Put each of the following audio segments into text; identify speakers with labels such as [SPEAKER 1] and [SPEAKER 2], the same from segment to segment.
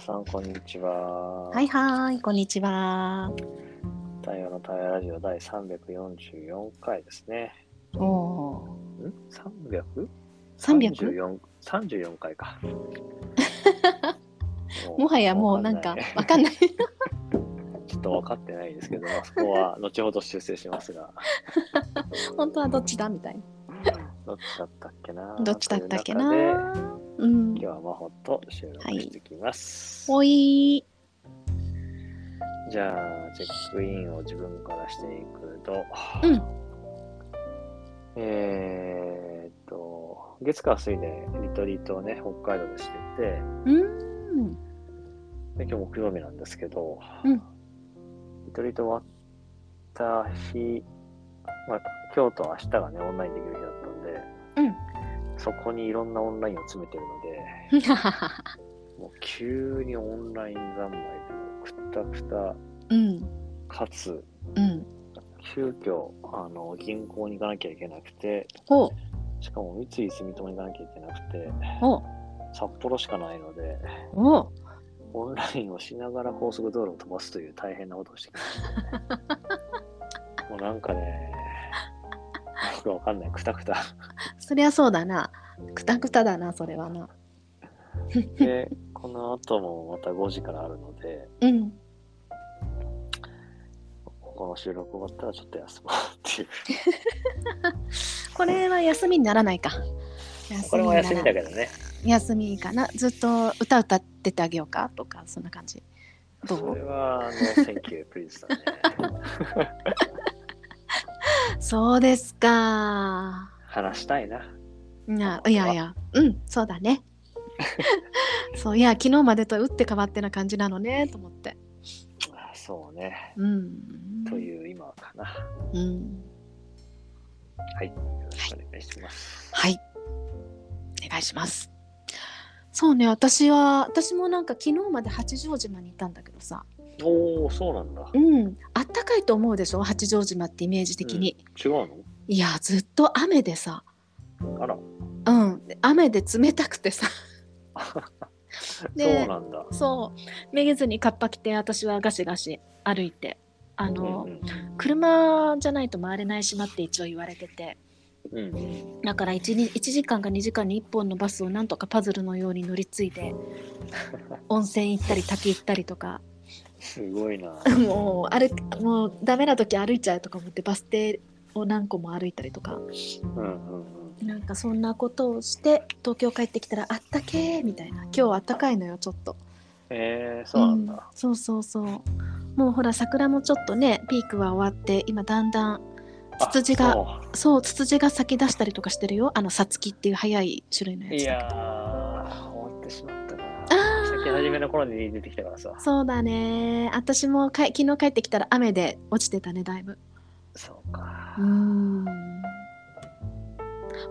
[SPEAKER 1] さん、こんにちは。
[SPEAKER 2] はいはーい、こんにちは。
[SPEAKER 1] 太陽の太陽ラジオ第344回ですね。
[SPEAKER 2] おお
[SPEAKER 1] ん ?300?
[SPEAKER 2] ー、三百？
[SPEAKER 1] 34 34回か。も
[SPEAKER 2] もはやもうなんかわかんない。
[SPEAKER 1] ちょっと分かってないですけど、そこは後ほど修正しますが。
[SPEAKER 2] 本当はどっちだみたい
[SPEAKER 1] どっちだったっけな
[SPEAKER 2] な。どっちだったっけ
[SPEAKER 1] という中
[SPEAKER 2] な
[SPEAKER 1] で。
[SPEAKER 2] うん
[SPEAKER 1] 今日。は真帆と収録してきます。
[SPEAKER 2] おい
[SPEAKER 1] じゃあ、チェックインを自分からしていくと、
[SPEAKER 2] うん
[SPEAKER 1] えーっと、月火水でリトリートをね、北海道でしてて、
[SPEAKER 2] ー。うん。
[SPEAKER 1] で今日木曜日なんですけど、
[SPEAKER 2] うん
[SPEAKER 1] リトリート終わった日、まあ、今日と明日がね、オンラインできる日だったんで、
[SPEAKER 2] うん。
[SPEAKER 1] そこにいろんなオンラインを詰めてるので、もう急にオンライン三昧で、もうくたく
[SPEAKER 2] うん。
[SPEAKER 1] た、かつ、
[SPEAKER 2] うん。
[SPEAKER 1] 急遽あの銀行に行かなきゃいけなくて、
[SPEAKER 2] おう
[SPEAKER 1] しかも三井住友に行かなきゃいけなくて、
[SPEAKER 2] おう
[SPEAKER 1] 札幌しかないので、
[SPEAKER 2] おう。
[SPEAKER 1] オンラインをしながら高速道路を飛ばすという大変なことをしてきま した、ね。もうなんかね、よくわかんない、くた くた。
[SPEAKER 2] そりゃそうだな。くたくただな、それはな。
[SPEAKER 1] で、この後もまた5時からあるので、
[SPEAKER 2] うん。
[SPEAKER 1] ここの収録終わったらちょっと休もうっていう。
[SPEAKER 2] これは休みにならないか。
[SPEAKER 1] これも休みだ
[SPEAKER 2] け
[SPEAKER 1] けどね。
[SPEAKER 2] 休みかな。ずっと歌歌っててあげようかとか、そんな感じ。ど
[SPEAKER 1] そうれは、あの、Thank you, please だね。
[SPEAKER 2] そうですか。
[SPEAKER 1] 話したいな。
[SPEAKER 2] いやいやいや、うん、そうだね。そういや、昨日までと打って変わってな感じなのねと思って。
[SPEAKER 1] あそうね。
[SPEAKER 2] うん。
[SPEAKER 1] という今かな。は
[SPEAKER 2] うん。
[SPEAKER 1] い。よろしくお願いします。
[SPEAKER 2] はい。お願いします。そうね、私は、私もなんか昨日まで八丈島にいたんだけどさ。
[SPEAKER 1] おお、そうなんだ。
[SPEAKER 2] うん、あったかいと思うでしょ、八丈島ってイメージ的に。
[SPEAKER 1] 違う
[SPEAKER 2] いや、ずっと雨でさ。
[SPEAKER 1] のあら。
[SPEAKER 2] うん、雨で冷たくてさ。
[SPEAKER 1] そうなんだ。
[SPEAKER 2] そうめげずにカッパ着て私はガシガシ歩いてあの、
[SPEAKER 1] うん
[SPEAKER 2] 車じゃないと回れない島って一応言われてて
[SPEAKER 1] うんうん
[SPEAKER 2] だから 1, に1時間か2時間に1本のバスをなんとかパズルのように乗り継い で温泉行ったり滝行ったりとか
[SPEAKER 1] すごいな。
[SPEAKER 2] もうあれもうダメな時歩いちゃうとか思ってバス停を何個も歩いたりとか
[SPEAKER 1] うんうんうん。
[SPEAKER 2] なんかそんなことをして東京帰ってきたらあったけーみたいな今日はあったかいのよちょっと。
[SPEAKER 1] えー、そうなん
[SPEAKER 2] うん
[SPEAKER 1] だ。
[SPEAKER 2] そうそうそうもうほら桜もちょっとねピークは終わって今だんだん
[SPEAKER 1] あ
[SPEAKER 2] ツツジが
[SPEAKER 1] そ
[SPEAKER 2] そうツツジが咲き出したりとかしてるよあのさつきっていう早い種類の
[SPEAKER 1] う
[SPEAKER 2] や
[SPEAKER 1] い
[SPEAKER 2] つだ
[SPEAKER 1] や
[SPEAKER 2] けど
[SPEAKER 1] ー、終わってしまったな。
[SPEAKER 2] あー
[SPEAKER 1] さっき初めの頃に出てきたからさ。
[SPEAKER 2] そうだね私もかい昨日帰ってきたら雨で落ちてたねだいぶ
[SPEAKER 1] そうか
[SPEAKER 2] うー。ん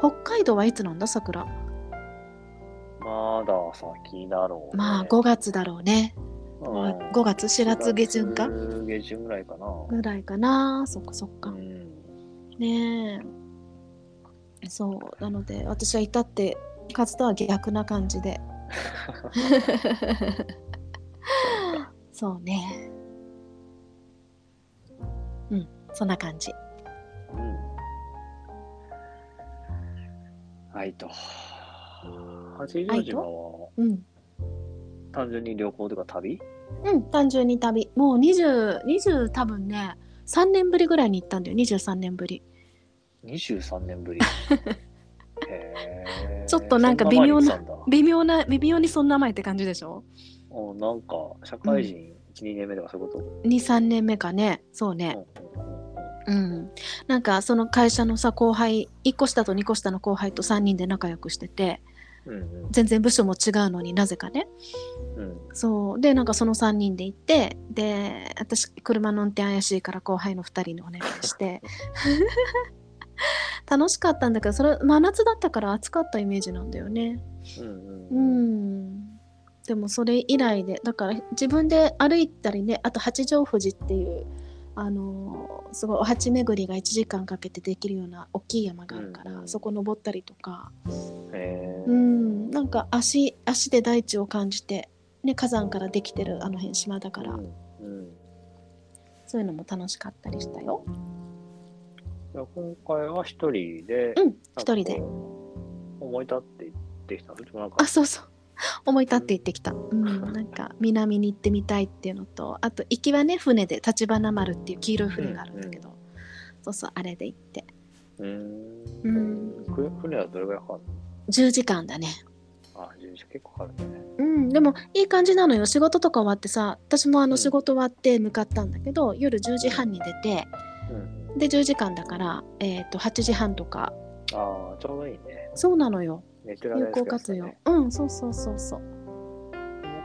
[SPEAKER 2] 北海道はいつなんだ桜
[SPEAKER 1] まだ先だろう、ね。
[SPEAKER 2] まあ5月だろうね
[SPEAKER 1] うん
[SPEAKER 2] 5月4月下旬か
[SPEAKER 1] 4月下旬ぐらいかな。
[SPEAKER 2] ぐらいかなそっかそっ
[SPEAKER 1] う
[SPEAKER 2] か
[SPEAKER 1] ん。
[SPEAKER 2] ねえそうなので私は至ってかつとは逆な感じ でそうねうんそんな感じ
[SPEAKER 1] うんはいと。八
[SPEAKER 2] は
[SPEAKER 1] 丈
[SPEAKER 2] い
[SPEAKER 1] 島は
[SPEAKER 2] とうん
[SPEAKER 1] 単純に旅行というか旅
[SPEAKER 2] うん単純に旅もう2020多分ね3年ぶりぐらいに行ったんだよ23年ぶり
[SPEAKER 1] ?23 年 ぶり。へー
[SPEAKER 2] ちょっとなんか微妙
[SPEAKER 1] そ
[SPEAKER 2] な
[SPEAKER 1] ん前に行って
[SPEAKER 2] 微妙な微妙にそんな前って感じでしょ
[SPEAKER 1] たんだあなんか社会人1、2年目とかそういうこ
[SPEAKER 2] 23年目かねそうね、
[SPEAKER 1] と、うんうん
[SPEAKER 2] うん、なんかその会社のさ後輩1個下と2個下の後輩と3人で仲良くしてて
[SPEAKER 1] うん
[SPEAKER 2] 全然部署も違うのになぜかね
[SPEAKER 1] うんうん
[SPEAKER 2] そうでなんかその3人で行ってで私車の運転怪しいから後輩の2人にお願いして楽しかったんだけどそれ真夏だったから暑かったイメージなんだよね
[SPEAKER 1] うん
[SPEAKER 2] う
[SPEAKER 1] うん
[SPEAKER 2] んでもそれ以来でだから自分で歩いたりねあと八丈富士っていうあのーすごいお鉢巡りが1時間かけてできるような大きい山があるから、
[SPEAKER 1] うんうん
[SPEAKER 2] そこ登ったりとか、
[SPEAKER 1] へ
[SPEAKER 2] うん、なんか足足で大地を感じてね、火山からできてるあの辺島だから、
[SPEAKER 1] うんうん
[SPEAKER 2] そういうのも楽しかったりしたよ。
[SPEAKER 1] いや今回は一人で、
[SPEAKER 2] うん、一人で。。
[SPEAKER 1] 思い立って行ってきた。でもなんか
[SPEAKER 2] あ、そうそう。思い立って行ってきた。うん、なんか南に行ってみたいっていうのと、あと行きはね、船で立花丸っていう黄色い船があるんだけど、そうそう、あれで行って。
[SPEAKER 1] うー
[SPEAKER 2] うん
[SPEAKER 1] ん。ふ船はどれぐらいかかる
[SPEAKER 2] 10時間だね。
[SPEAKER 1] のあ、自転車結構かかるね。
[SPEAKER 2] うん、でもいい感じなのよ仕事とか終わってさ私もあ
[SPEAKER 1] う
[SPEAKER 2] の
[SPEAKER 1] ん
[SPEAKER 2] 仕事終わって向かったんだけど夜10時半に出て
[SPEAKER 1] うん。
[SPEAKER 2] で10時間だから、えー、と8時半とか
[SPEAKER 1] ああ、ちょうどいいね。
[SPEAKER 2] そうなのよ
[SPEAKER 1] めちゃ
[SPEAKER 2] 有効活用
[SPEAKER 1] ね。
[SPEAKER 2] うんそうそうそうそう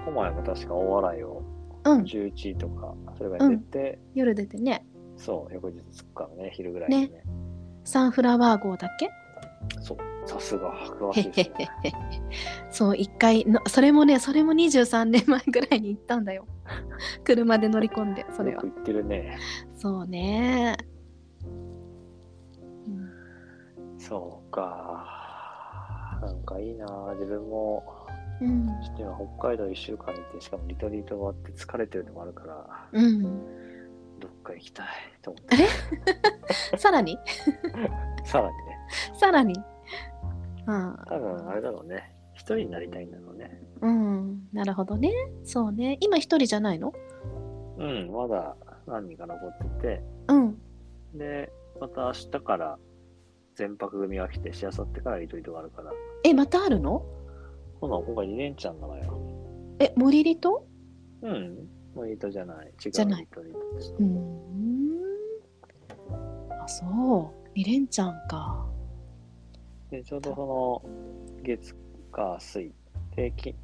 [SPEAKER 1] こ前も確か大洗を
[SPEAKER 2] うん
[SPEAKER 1] 11時とか、それぐらいに出て、
[SPEAKER 2] 夜出てね
[SPEAKER 1] そう、翌日着くからね、昼ぐらいにね。
[SPEAKER 2] サンフラワー号だけ
[SPEAKER 1] そう、さすが、詳
[SPEAKER 2] へ
[SPEAKER 1] し
[SPEAKER 2] へ
[SPEAKER 1] いです
[SPEAKER 2] へ
[SPEAKER 1] ね。
[SPEAKER 2] へそう一回のそれもねそれも23年前ぐらいに行ったんだよ 車で乗り込んでそれ
[SPEAKER 1] よ
[SPEAKER 2] は
[SPEAKER 1] く言ってるね。
[SPEAKER 2] そうね、うん
[SPEAKER 1] そうか。なんかいいな自分も、
[SPEAKER 2] うん
[SPEAKER 1] ちょっと今北海道1週間にいて、しかもリトリート終わって疲れてるのもあるから、
[SPEAKER 2] うん、
[SPEAKER 1] どっか行きたいと思っ
[SPEAKER 2] さらに
[SPEAKER 1] て、さらにね、
[SPEAKER 2] さらに。あ
[SPEAKER 1] 多分あれだろうね、一人になりたいんだろうね。
[SPEAKER 2] あ、うん、なるほどね。そうね。今一人じゃないの
[SPEAKER 1] うん、まだ何人か残って
[SPEAKER 2] うん。
[SPEAKER 1] て、で、また明日から全泊組が来て、しあさってからリトリートがあるから、
[SPEAKER 2] え、またあるの
[SPEAKER 1] 今度は今回2年ちゃんなのよ。
[SPEAKER 2] え、森リと
[SPEAKER 1] うん、もうリトじゃない、違うリ
[SPEAKER 2] ゃない
[SPEAKER 1] トリートでした
[SPEAKER 2] うーん。あ、そう。二連ちゃんか。
[SPEAKER 1] で、ちょうどその、月、火、水、で、金、ん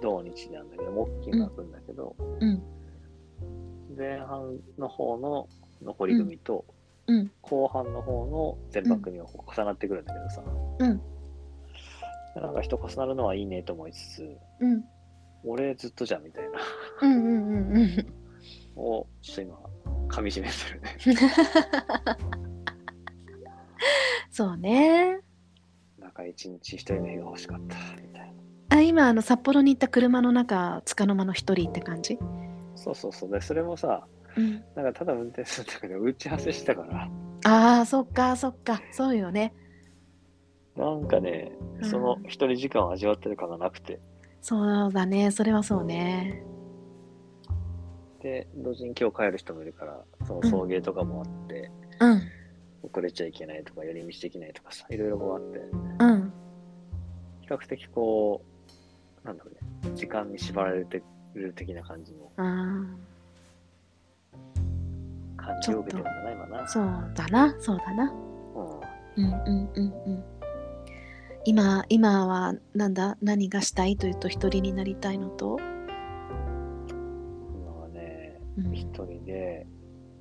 [SPEAKER 1] 土日なんだけど、木金が来るんだけど、
[SPEAKER 2] うん。
[SPEAKER 1] 前半の方の残り組と、
[SPEAKER 2] うんうん
[SPEAKER 1] 後半の方の全番組がこう重なってくるんだけどさ、
[SPEAKER 2] うん
[SPEAKER 1] なんか人重なるのはいいねと思いつつ
[SPEAKER 2] うん。
[SPEAKER 1] 俺ずっとじゃんみたいな
[SPEAKER 2] うんうんうんうん。
[SPEAKER 1] をちょっと今噛み締めてる ね
[SPEAKER 2] そうね。
[SPEAKER 1] なんか一日一人の日が欲しかったみたいな
[SPEAKER 2] あ、今、あの、札幌に行った車の中、つかの間の一人って感じ
[SPEAKER 1] そうそうそうでそれもさ
[SPEAKER 2] うん。
[SPEAKER 1] なんかただ運転するんだけど打ち合わせしてたから
[SPEAKER 2] ああ、そっか、そっか。そうよね。
[SPEAKER 1] なんかね
[SPEAKER 2] うん
[SPEAKER 1] その一人時間を味わってる感がなくて
[SPEAKER 2] そうだね。それはそうね。
[SPEAKER 1] で同時に今日帰る人もいるからその送迎とかもあって、
[SPEAKER 2] うん。
[SPEAKER 1] 遅れちゃいけないとか寄り道できないとかさいろいろこうあって
[SPEAKER 2] うん。
[SPEAKER 1] 比較的こうなんだろうね時間に縛られてる的な感じの
[SPEAKER 2] ああ。
[SPEAKER 1] 感じを受けてるんだな今な
[SPEAKER 2] そうだな、そうだな。
[SPEAKER 1] うん
[SPEAKER 2] うんうんうんうん。今、今はなんだ、何がしたいというと、一人になりたいのと。
[SPEAKER 1] 今はね
[SPEAKER 2] うん
[SPEAKER 1] 一人で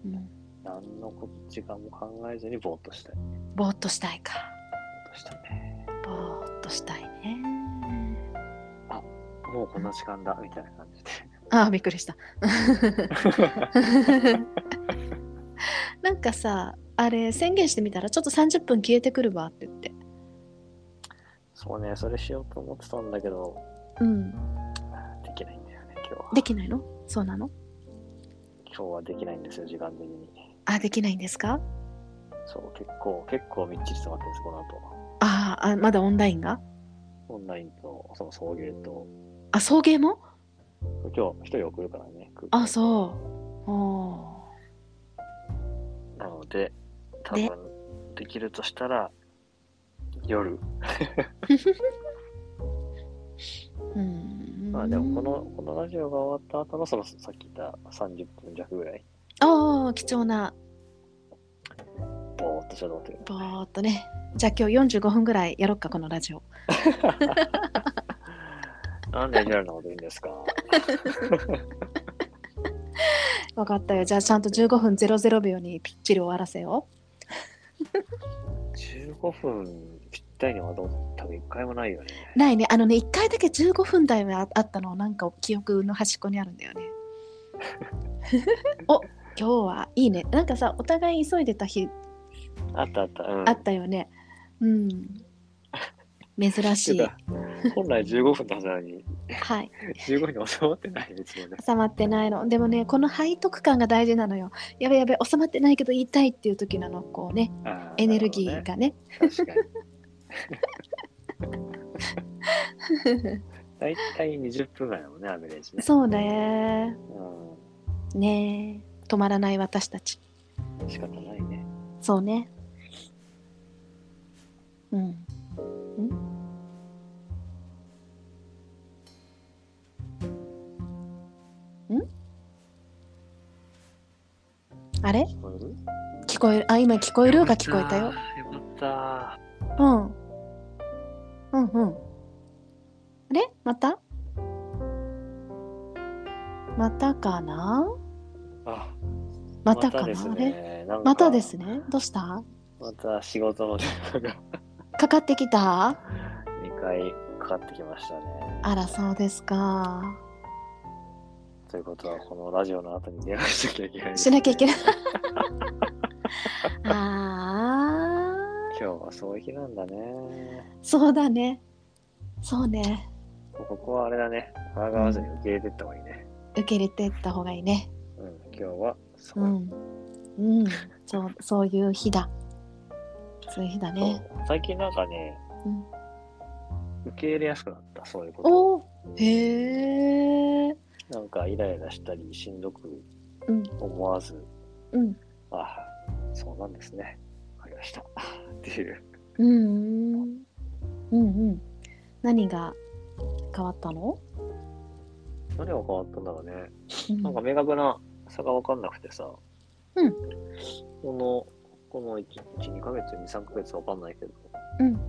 [SPEAKER 2] うん、
[SPEAKER 1] 何のこと時間も考えずにぼーっとしたいぼー
[SPEAKER 2] ぼーっとしたいか。
[SPEAKER 1] っとしたね
[SPEAKER 2] ぼーっとしたいね。
[SPEAKER 1] もうこんな時間だみたいな感じで
[SPEAKER 2] ああ、びっくりした。なんかさ、あれ宣言してみたら、ちょっと三十分消えてくるわって言って。
[SPEAKER 1] そうねそれしようと思ってたんだけど
[SPEAKER 2] うん、
[SPEAKER 1] できないんだよね今日は
[SPEAKER 2] できないの。そうなの。
[SPEAKER 1] 今日はできないんですよ時間的に
[SPEAKER 2] あ、できないんですか。
[SPEAKER 1] そう結構結構みっちり詰まってるんですこの後
[SPEAKER 2] あーあ、まだオンラインが。
[SPEAKER 1] オンラインとその送迎と
[SPEAKER 2] あ、送迎も。
[SPEAKER 1] 今日一人送るからね。
[SPEAKER 2] あ、そう。おー
[SPEAKER 1] う。なので、多分できるとしたら、夜。
[SPEAKER 2] うん
[SPEAKER 1] まあでもこの、このラジオが終わった後の、そのさっき言った30分弱ぐらい、
[SPEAKER 2] ああ貴重な
[SPEAKER 1] ぼーっとしたと思ってる。
[SPEAKER 2] ぼーっとねじゃあ今日45分ぐらいやろっかこのラジオ
[SPEAKER 1] なんでリアルなこと言うんですか
[SPEAKER 2] 分かったよじゃあちゃんと15分00秒にぴっちり終わらせよ
[SPEAKER 1] ?15 分ぴったりに終わったこと多分一回もないよね。
[SPEAKER 2] ないねあのね1回だけ15分台がああったのなんか記憶の端っこにあるんだよねお今日はいいねなんかさお互い急いでた日
[SPEAKER 1] あったあった。うん、
[SPEAKER 2] あったよねうん珍しい
[SPEAKER 1] てか本来15分のはずなのに、
[SPEAKER 2] はい
[SPEAKER 1] 15に収まってないね、いつもね。
[SPEAKER 2] 収まってないのでもねこの背徳感が大事なのよやべやべ収まってないけど言いたいっていう時なのこうね
[SPEAKER 1] あ
[SPEAKER 2] エネルギーがね
[SPEAKER 1] なるほどね。確かに。だいたい20分ぐらいだもんね、アベレージね。
[SPEAKER 2] そうね
[SPEAKER 1] う。
[SPEAKER 2] ねえ止まらない私たち
[SPEAKER 1] ん。仕方ないね。
[SPEAKER 2] そうねうんんんあれ
[SPEAKER 1] 聞こえる
[SPEAKER 2] 聞こえるあ今聞こえるが聞こえたよ
[SPEAKER 1] よかっ
[SPEAKER 2] うん。うんうん。あれまたまたかな
[SPEAKER 1] た。あ、
[SPEAKER 2] またかな、
[SPEAKER 1] です
[SPEAKER 2] あれ
[SPEAKER 1] ね。なんか
[SPEAKER 2] またです。ね。どうした
[SPEAKER 1] また仕事の電話が
[SPEAKER 2] かかってきた
[SPEAKER 1] 2回かかってきましたね。
[SPEAKER 2] あら、そうですか。
[SPEAKER 1] ということは、このラジオの後に電話しなきゃいけない、
[SPEAKER 2] しなきゃいけ
[SPEAKER 1] ない。
[SPEAKER 2] ない。ああ、
[SPEAKER 1] 今日はそういう日なんだね。
[SPEAKER 2] そうだね。そうね。
[SPEAKER 1] ここはあれだね。抗わずに受け入れてった方がいいね。
[SPEAKER 2] 受け入れてった方がいいね。
[SPEAKER 1] うん、今日はそうう。
[SPEAKER 2] ん。うん。そう、そういう日だ。そういう日だね。
[SPEAKER 1] そう最近なんかね、
[SPEAKER 2] うん
[SPEAKER 1] 受け入れやすくなった、そういうこ
[SPEAKER 2] おおへえ。
[SPEAKER 1] と。なんかイライラしたり、しんどく
[SPEAKER 2] うん。
[SPEAKER 1] 思わず、
[SPEAKER 2] うん。
[SPEAKER 1] ああ、そうなんですね。わかりました。っていう。
[SPEAKER 2] うんうん。うんうん。何が変わったの？
[SPEAKER 1] 何が変わったんだろうね。
[SPEAKER 2] うん
[SPEAKER 1] なんか明確な差が分かんなくてさ。
[SPEAKER 2] うん
[SPEAKER 1] この、この1、2ヶ月、2、3ヶ月分かんないけど。
[SPEAKER 2] うん。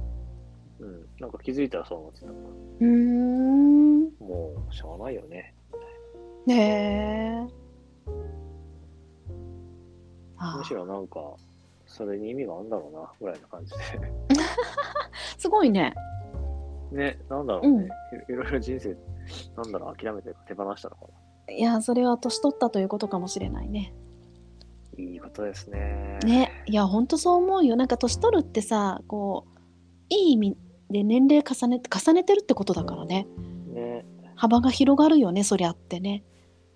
[SPEAKER 1] うん。なんか気づいたらそう思ってた。も
[SPEAKER 2] うーん。
[SPEAKER 1] う、しょうがないよね。
[SPEAKER 2] ねえ。あ
[SPEAKER 1] むしろなんか、それに意味があるんだろうな、ぐらいな感じで。
[SPEAKER 2] すごいね。
[SPEAKER 1] ね、なんだろうね。
[SPEAKER 2] うん
[SPEAKER 1] いいろいろ人生、なんだろう、諦めてるか手放したのか
[SPEAKER 2] いやそれは年取ったということかもしれないね。
[SPEAKER 1] な。いいことですね。
[SPEAKER 2] ねいやほんとそう思うよ。なんか年取るってさこういい意味で年齢重ね重ねてるってことだからね。
[SPEAKER 1] ね。
[SPEAKER 2] 幅が広がるよねそりゃってね。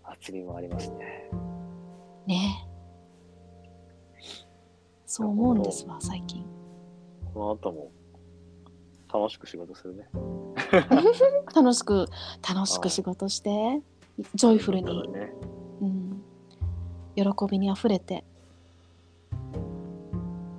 [SPEAKER 1] 厚みもありますね。
[SPEAKER 2] ねそう思うんですわ最近。
[SPEAKER 1] この後も、楽しく仕事するね。
[SPEAKER 2] 楽しく楽しく仕事してジョイフル
[SPEAKER 1] そう
[SPEAKER 2] に、
[SPEAKER 1] だね。
[SPEAKER 2] うん、喜びにあふれて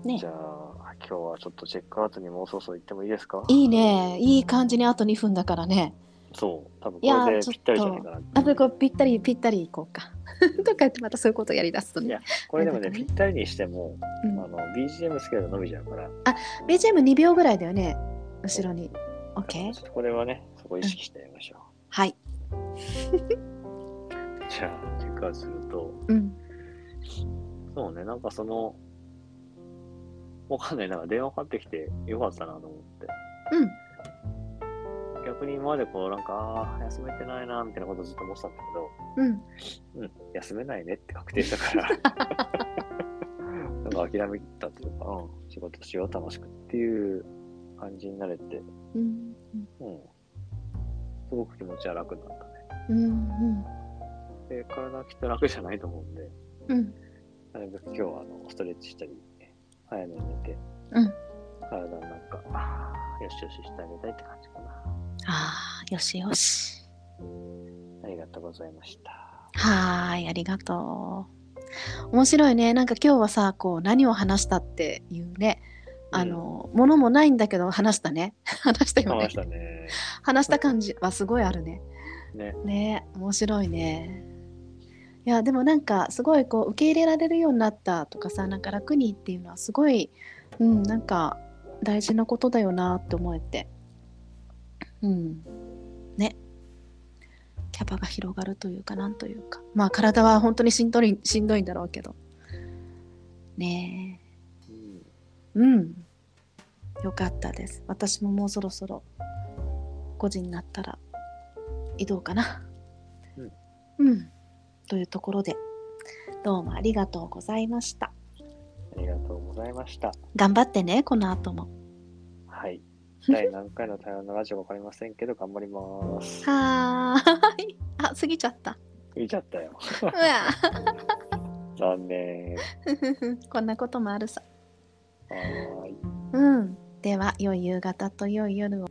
[SPEAKER 2] ね
[SPEAKER 1] じゃあ、今日はちょっとチェックアウトにもうそろそろ行ってもいいですか
[SPEAKER 2] いいねいい感じにあと2分だからね
[SPEAKER 1] そう、多分
[SPEAKER 2] いやー
[SPEAKER 1] これでぴったり
[SPEAKER 2] ち
[SPEAKER 1] じ
[SPEAKER 2] ょ
[SPEAKER 1] ゃ
[SPEAKER 2] っと
[SPEAKER 1] ないかな。
[SPEAKER 2] あとこうぴったりぴったりいこうか とかってまたそういうことやりだすと
[SPEAKER 1] い
[SPEAKER 2] ね
[SPEAKER 1] や、これでもね、
[SPEAKER 2] なんか
[SPEAKER 1] ぴ
[SPEAKER 2] ね
[SPEAKER 1] ったりにしても、あ
[SPEAKER 2] うん
[SPEAKER 1] の、BGM つけると伸びちゃうから、
[SPEAKER 2] BGM2 秒ぐらいだよね後ろに OK
[SPEAKER 1] ちょっとこれはね、そこ意識してやりましょ
[SPEAKER 2] はい、
[SPEAKER 1] う。じゃあ、チェックアウトすると、
[SPEAKER 2] うん、
[SPEAKER 1] そうね、なんかその、わかんない、なんか電話かかってきてよかったなと思って。
[SPEAKER 2] うん
[SPEAKER 1] 逆に今までこう、なんか、ああ、休めてないな、みたいなことずっと思ってたんだ
[SPEAKER 2] うん
[SPEAKER 1] けど、うん、休めないねって確定した から、なんか諦めたというか、うん、仕事しよう、楽しくっていう感じになれて、
[SPEAKER 2] うん
[SPEAKER 1] うん、すごく気持ちは楽になったね。
[SPEAKER 2] うんうん
[SPEAKER 1] で、体はきっと楽じゃないと思うんで、
[SPEAKER 2] うん
[SPEAKER 1] なるべく今日はあのストレッチしたり、早めに寝て、
[SPEAKER 2] うん
[SPEAKER 1] 体のなんか、あーよしよししてあげたいって感じかな。
[SPEAKER 2] あーよしよし
[SPEAKER 1] ありがとうございました。
[SPEAKER 2] はーい、ありがとう。面白いね。なんか今日はさ、こう何を話したっていうね、あの、ものもないんだけど話したね。 話したよね
[SPEAKER 1] 話し。たね。
[SPEAKER 2] 話した感じはすごいあるね。
[SPEAKER 1] ね。
[SPEAKER 2] ね、面白いね。いや、でもなんかすごいこう受け入れられるようになったとかさ、なんか楽にっていうのはすごい、うん、なんか大事なことだよなって思えて。うん。ね。キャパが広がるというか、なんというか。まあ体は本当にしんどい、しんどいんだろうけど。ねえ。
[SPEAKER 1] うん、
[SPEAKER 2] うん。よかったです。私ももうそろそろ5時になったら移動かな。うん。というところで、どうもありがとうございました。
[SPEAKER 1] ありがとうございました。
[SPEAKER 2] 頑張ってね、この後も。
[SPEAKER 1] はい。第何回の台湾のラジオか分かりませんけど、頑張ります。
[SPEAKER 2] はーい。あ、過ぎちゃった。
[SPEAKER 1] 見ちゃったよ。
[SPEAKER 2] うわ。
[SPEAKER 1] 残念。は
[SPEAKER 2] こんなこともあるさ。
[SPEAKER 1] ーい。
[SPEAKER 2] うん。では、良い夕方と良い夜を。